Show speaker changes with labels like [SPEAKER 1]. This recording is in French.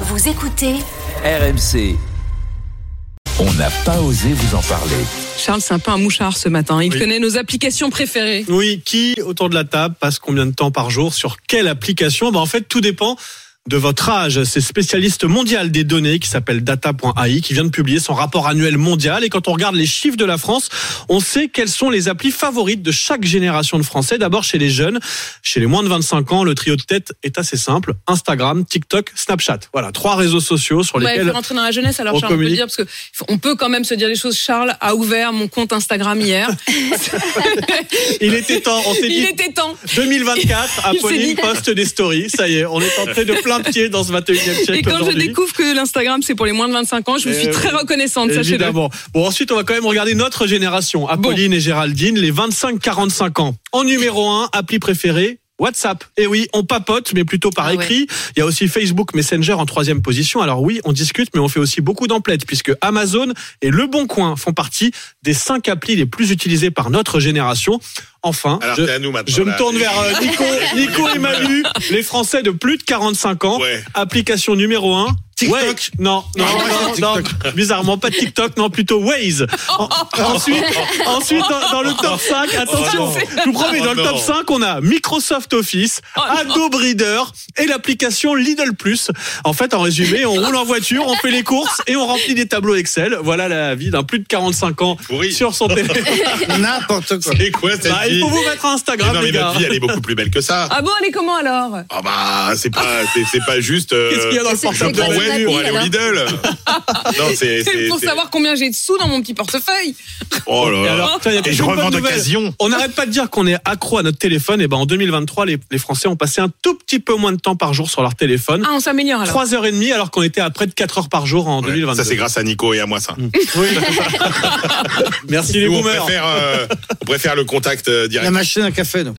[SPEAKER 1] Vous écoutez
[SPEAKER 2] RMC. On n'a pas osé vous en parler.
[SPEAKER 3] Charles, c'est un peu un mouchard ce matin. Il
[SPEAKER 4] Oui.
[SPEAKER 3] connaît nos applications préférées.
[SPEAKER 4] Oui, qui autour de la table passe combien de temps par jour sur quelle application ben, En fait, tout dépend de votre âge. C'est le spécialiste mondial des données qui s'appelle data.ai qui vient de publier son rapport annuel mondial. Et quand on regarde les chiffres de la France, on sait quelles sont les applis favorites de chaque génération de Français. D'abord chez les jeunes, chez les moins de 25 ans, le trio de tête est assez simple. Instagram, TikTok, Snapchat. Voilà, trois réseaux sociaux sur
[SPEAKER 3] Ouais,
[SPEAKER 4] lesquels...
[SPEAKER 3] faut rentrer dans la jeunesse, alors
[SPEAKER 4] on
[SPEAKER 3] Charles, on peut le
[SPEAKER 4] communique.
[SPEAKER 3] dire, parce que faut- on peut quand même se dire les choses. Charles a ouvert mon compte Instagram hier.
[SPEAKER 4] Il était temps, on
[SPEAKER 3] Il
[SPEAKER 4] s'est dit...
[SPEAKER 3] était temps.
[SPEAKER 4] 2024,
[SPEAKER 3] Il s'est dit-
[SPEAKER 4] Apolline poste des stories. Ça y est, on est entré de plein pied dans ce 21e siècle
[SPEAKER 3] Et quand je
[SPEAKER 4] aujourd'hui.
[SPEAKER 3] découvre que l'Instagram, c'est pour les moins de 25 ans, je me
[SPEAKER 4] Eh
[SPEAKER 3] suis
[SPEAKER 4] oui.
[SPEAKER 3] très reconnaissante, sachez-le.
[SPEAKER 4] Évidemment. Bon, ensuite, on va quand même regarder notre génération, Apolline et Géraldine, les 25-45 ans. En numéro 1, appli préférée. WhatsApp. Et oui, on papote, mais plutôt par
[SPEAKER 3] Ah ouais.
[SPEAKER 4] écrit. Il y a aussi Facebook Messenger en troisième position. Alors oui, on discute, mais on fait aussi beaucoup d'emplettes, puisque Amazon et Le Bon Coin font partie des cinq applis les plus utilisées par notre génération. Enfin,
[SPEAKER 5] Alors,
[SPEAKER 4] je,
[SPEAKER 5] t'es à nous maintenant.
[SPEAKER 4] je me
[SPEAKER 5] là.
[SPEAKER 4] tourne vers euh, Nico, Nico et Manu, les Français de plus de 45 ans.
[SPEAKER 5] Ouais.
[SPEAKER 4] Application numéro 1.
[SPEAKER 5] TikTok. Ah,
[SPEAKER 4] Non, non, non, non. bizarrement pas TikTok, non plutôt Waze. En- ensuite, ensuite dans, dans le top 5, attention,
[SPEAKER 5] Oh, non.
[SPEAKER 4] je vous promets,
[SPEAKER 5] Oh
[SPEAKER 4] dans le
[SPEAKER 5] non.
[SPEAKER 4] top 5, on a Microsoft Office,
[SPEAKER 3] Oh non.
[SPEAKER 4] Adobe Reader et l'application Lidl Plus. En fait, en résumé, on roule en voiture, on fait les courses et on remplit des tableaux Excel. Voilà la vie d'un plus de 45 ans
[SPEAKER 5] Pourri.
[SPEAKER 4] sur son téléphone.
[SPEAKER 6] N'importe quoi.
[SPEAKER 5] C'est quoi cette
[SPEAKER 4] Bah, il
[SPEAKER 5] vie
[SPEAKER 4] faut vous mettre à Instagram,
[SPEAKER 5] Mais non, mais
[SPEAKER 4] les gars.
[SPEAKER 5] notre vie, elle est beaucoup plus belle que ça.
[SPEAKER 3] Ah bon, elle est comment alors
[SPEAKER 5] Ah bah, c'est pas, c'est, c'est pas juste. euh,
[SPEAKER 4] Qu'est-ce qu'il y a dans le
[SPEAKER 5] je
[SPEAKER 4] portable de
[SPEAKER 5] prends
[SPEAKER 4] Manu
[SPEAKER 5] Waze pour aller au Lidl. non, c'est,
[SPEAKER 3] C'est
[SPEAKER 5] c'est,
[SPEAKER 3] pour
[SPEAKER 5] c'est-
[SPEAKER 3] savoir combien j'ai de sous dans mon petit portefeuille.
[SPEAKER 5] Oh
[SPEAKER 4] Et,
[SPEAKER 5] là là.
[SPEAKER 4] alors, tiens, il y a
[SPEAKER 5] Et je
[SPEAKER 4] une bonne
[SPEAKER 5] revends
[SPEAKER 4] nouvelle.
[SPEAKER 5] d'occasion.
[SPEAKER 4] On n'arrête pas de dire qu'on est accro à notre téléphone. Et ben en 2023, les, les Français ont passé un tout petit peu moins de temps par jour sur leur téléphone.
[SPEAKER 3] Ah, on s'améliore alors.
[SPEAKER 4] 3h30 alors qu'on était à près de 4 heures par jour en
[SPEAKER 5] Ouais,
[SPEAKER 4] 2022.
[SPEAKER 5] ça, c'est grâce à Nico et à moi, ça.
[SPEAKER 4] Oui. Merci les
[SPEAKER 5] Nous, on
[SPEAKER 4] boomers.
[SPEAKER 5] préfère, euh, on préfère le contact euh,
[SPEAKER 6] La
[SPEAKER 5] direct.
[SPEAKER 6] machine à café, non.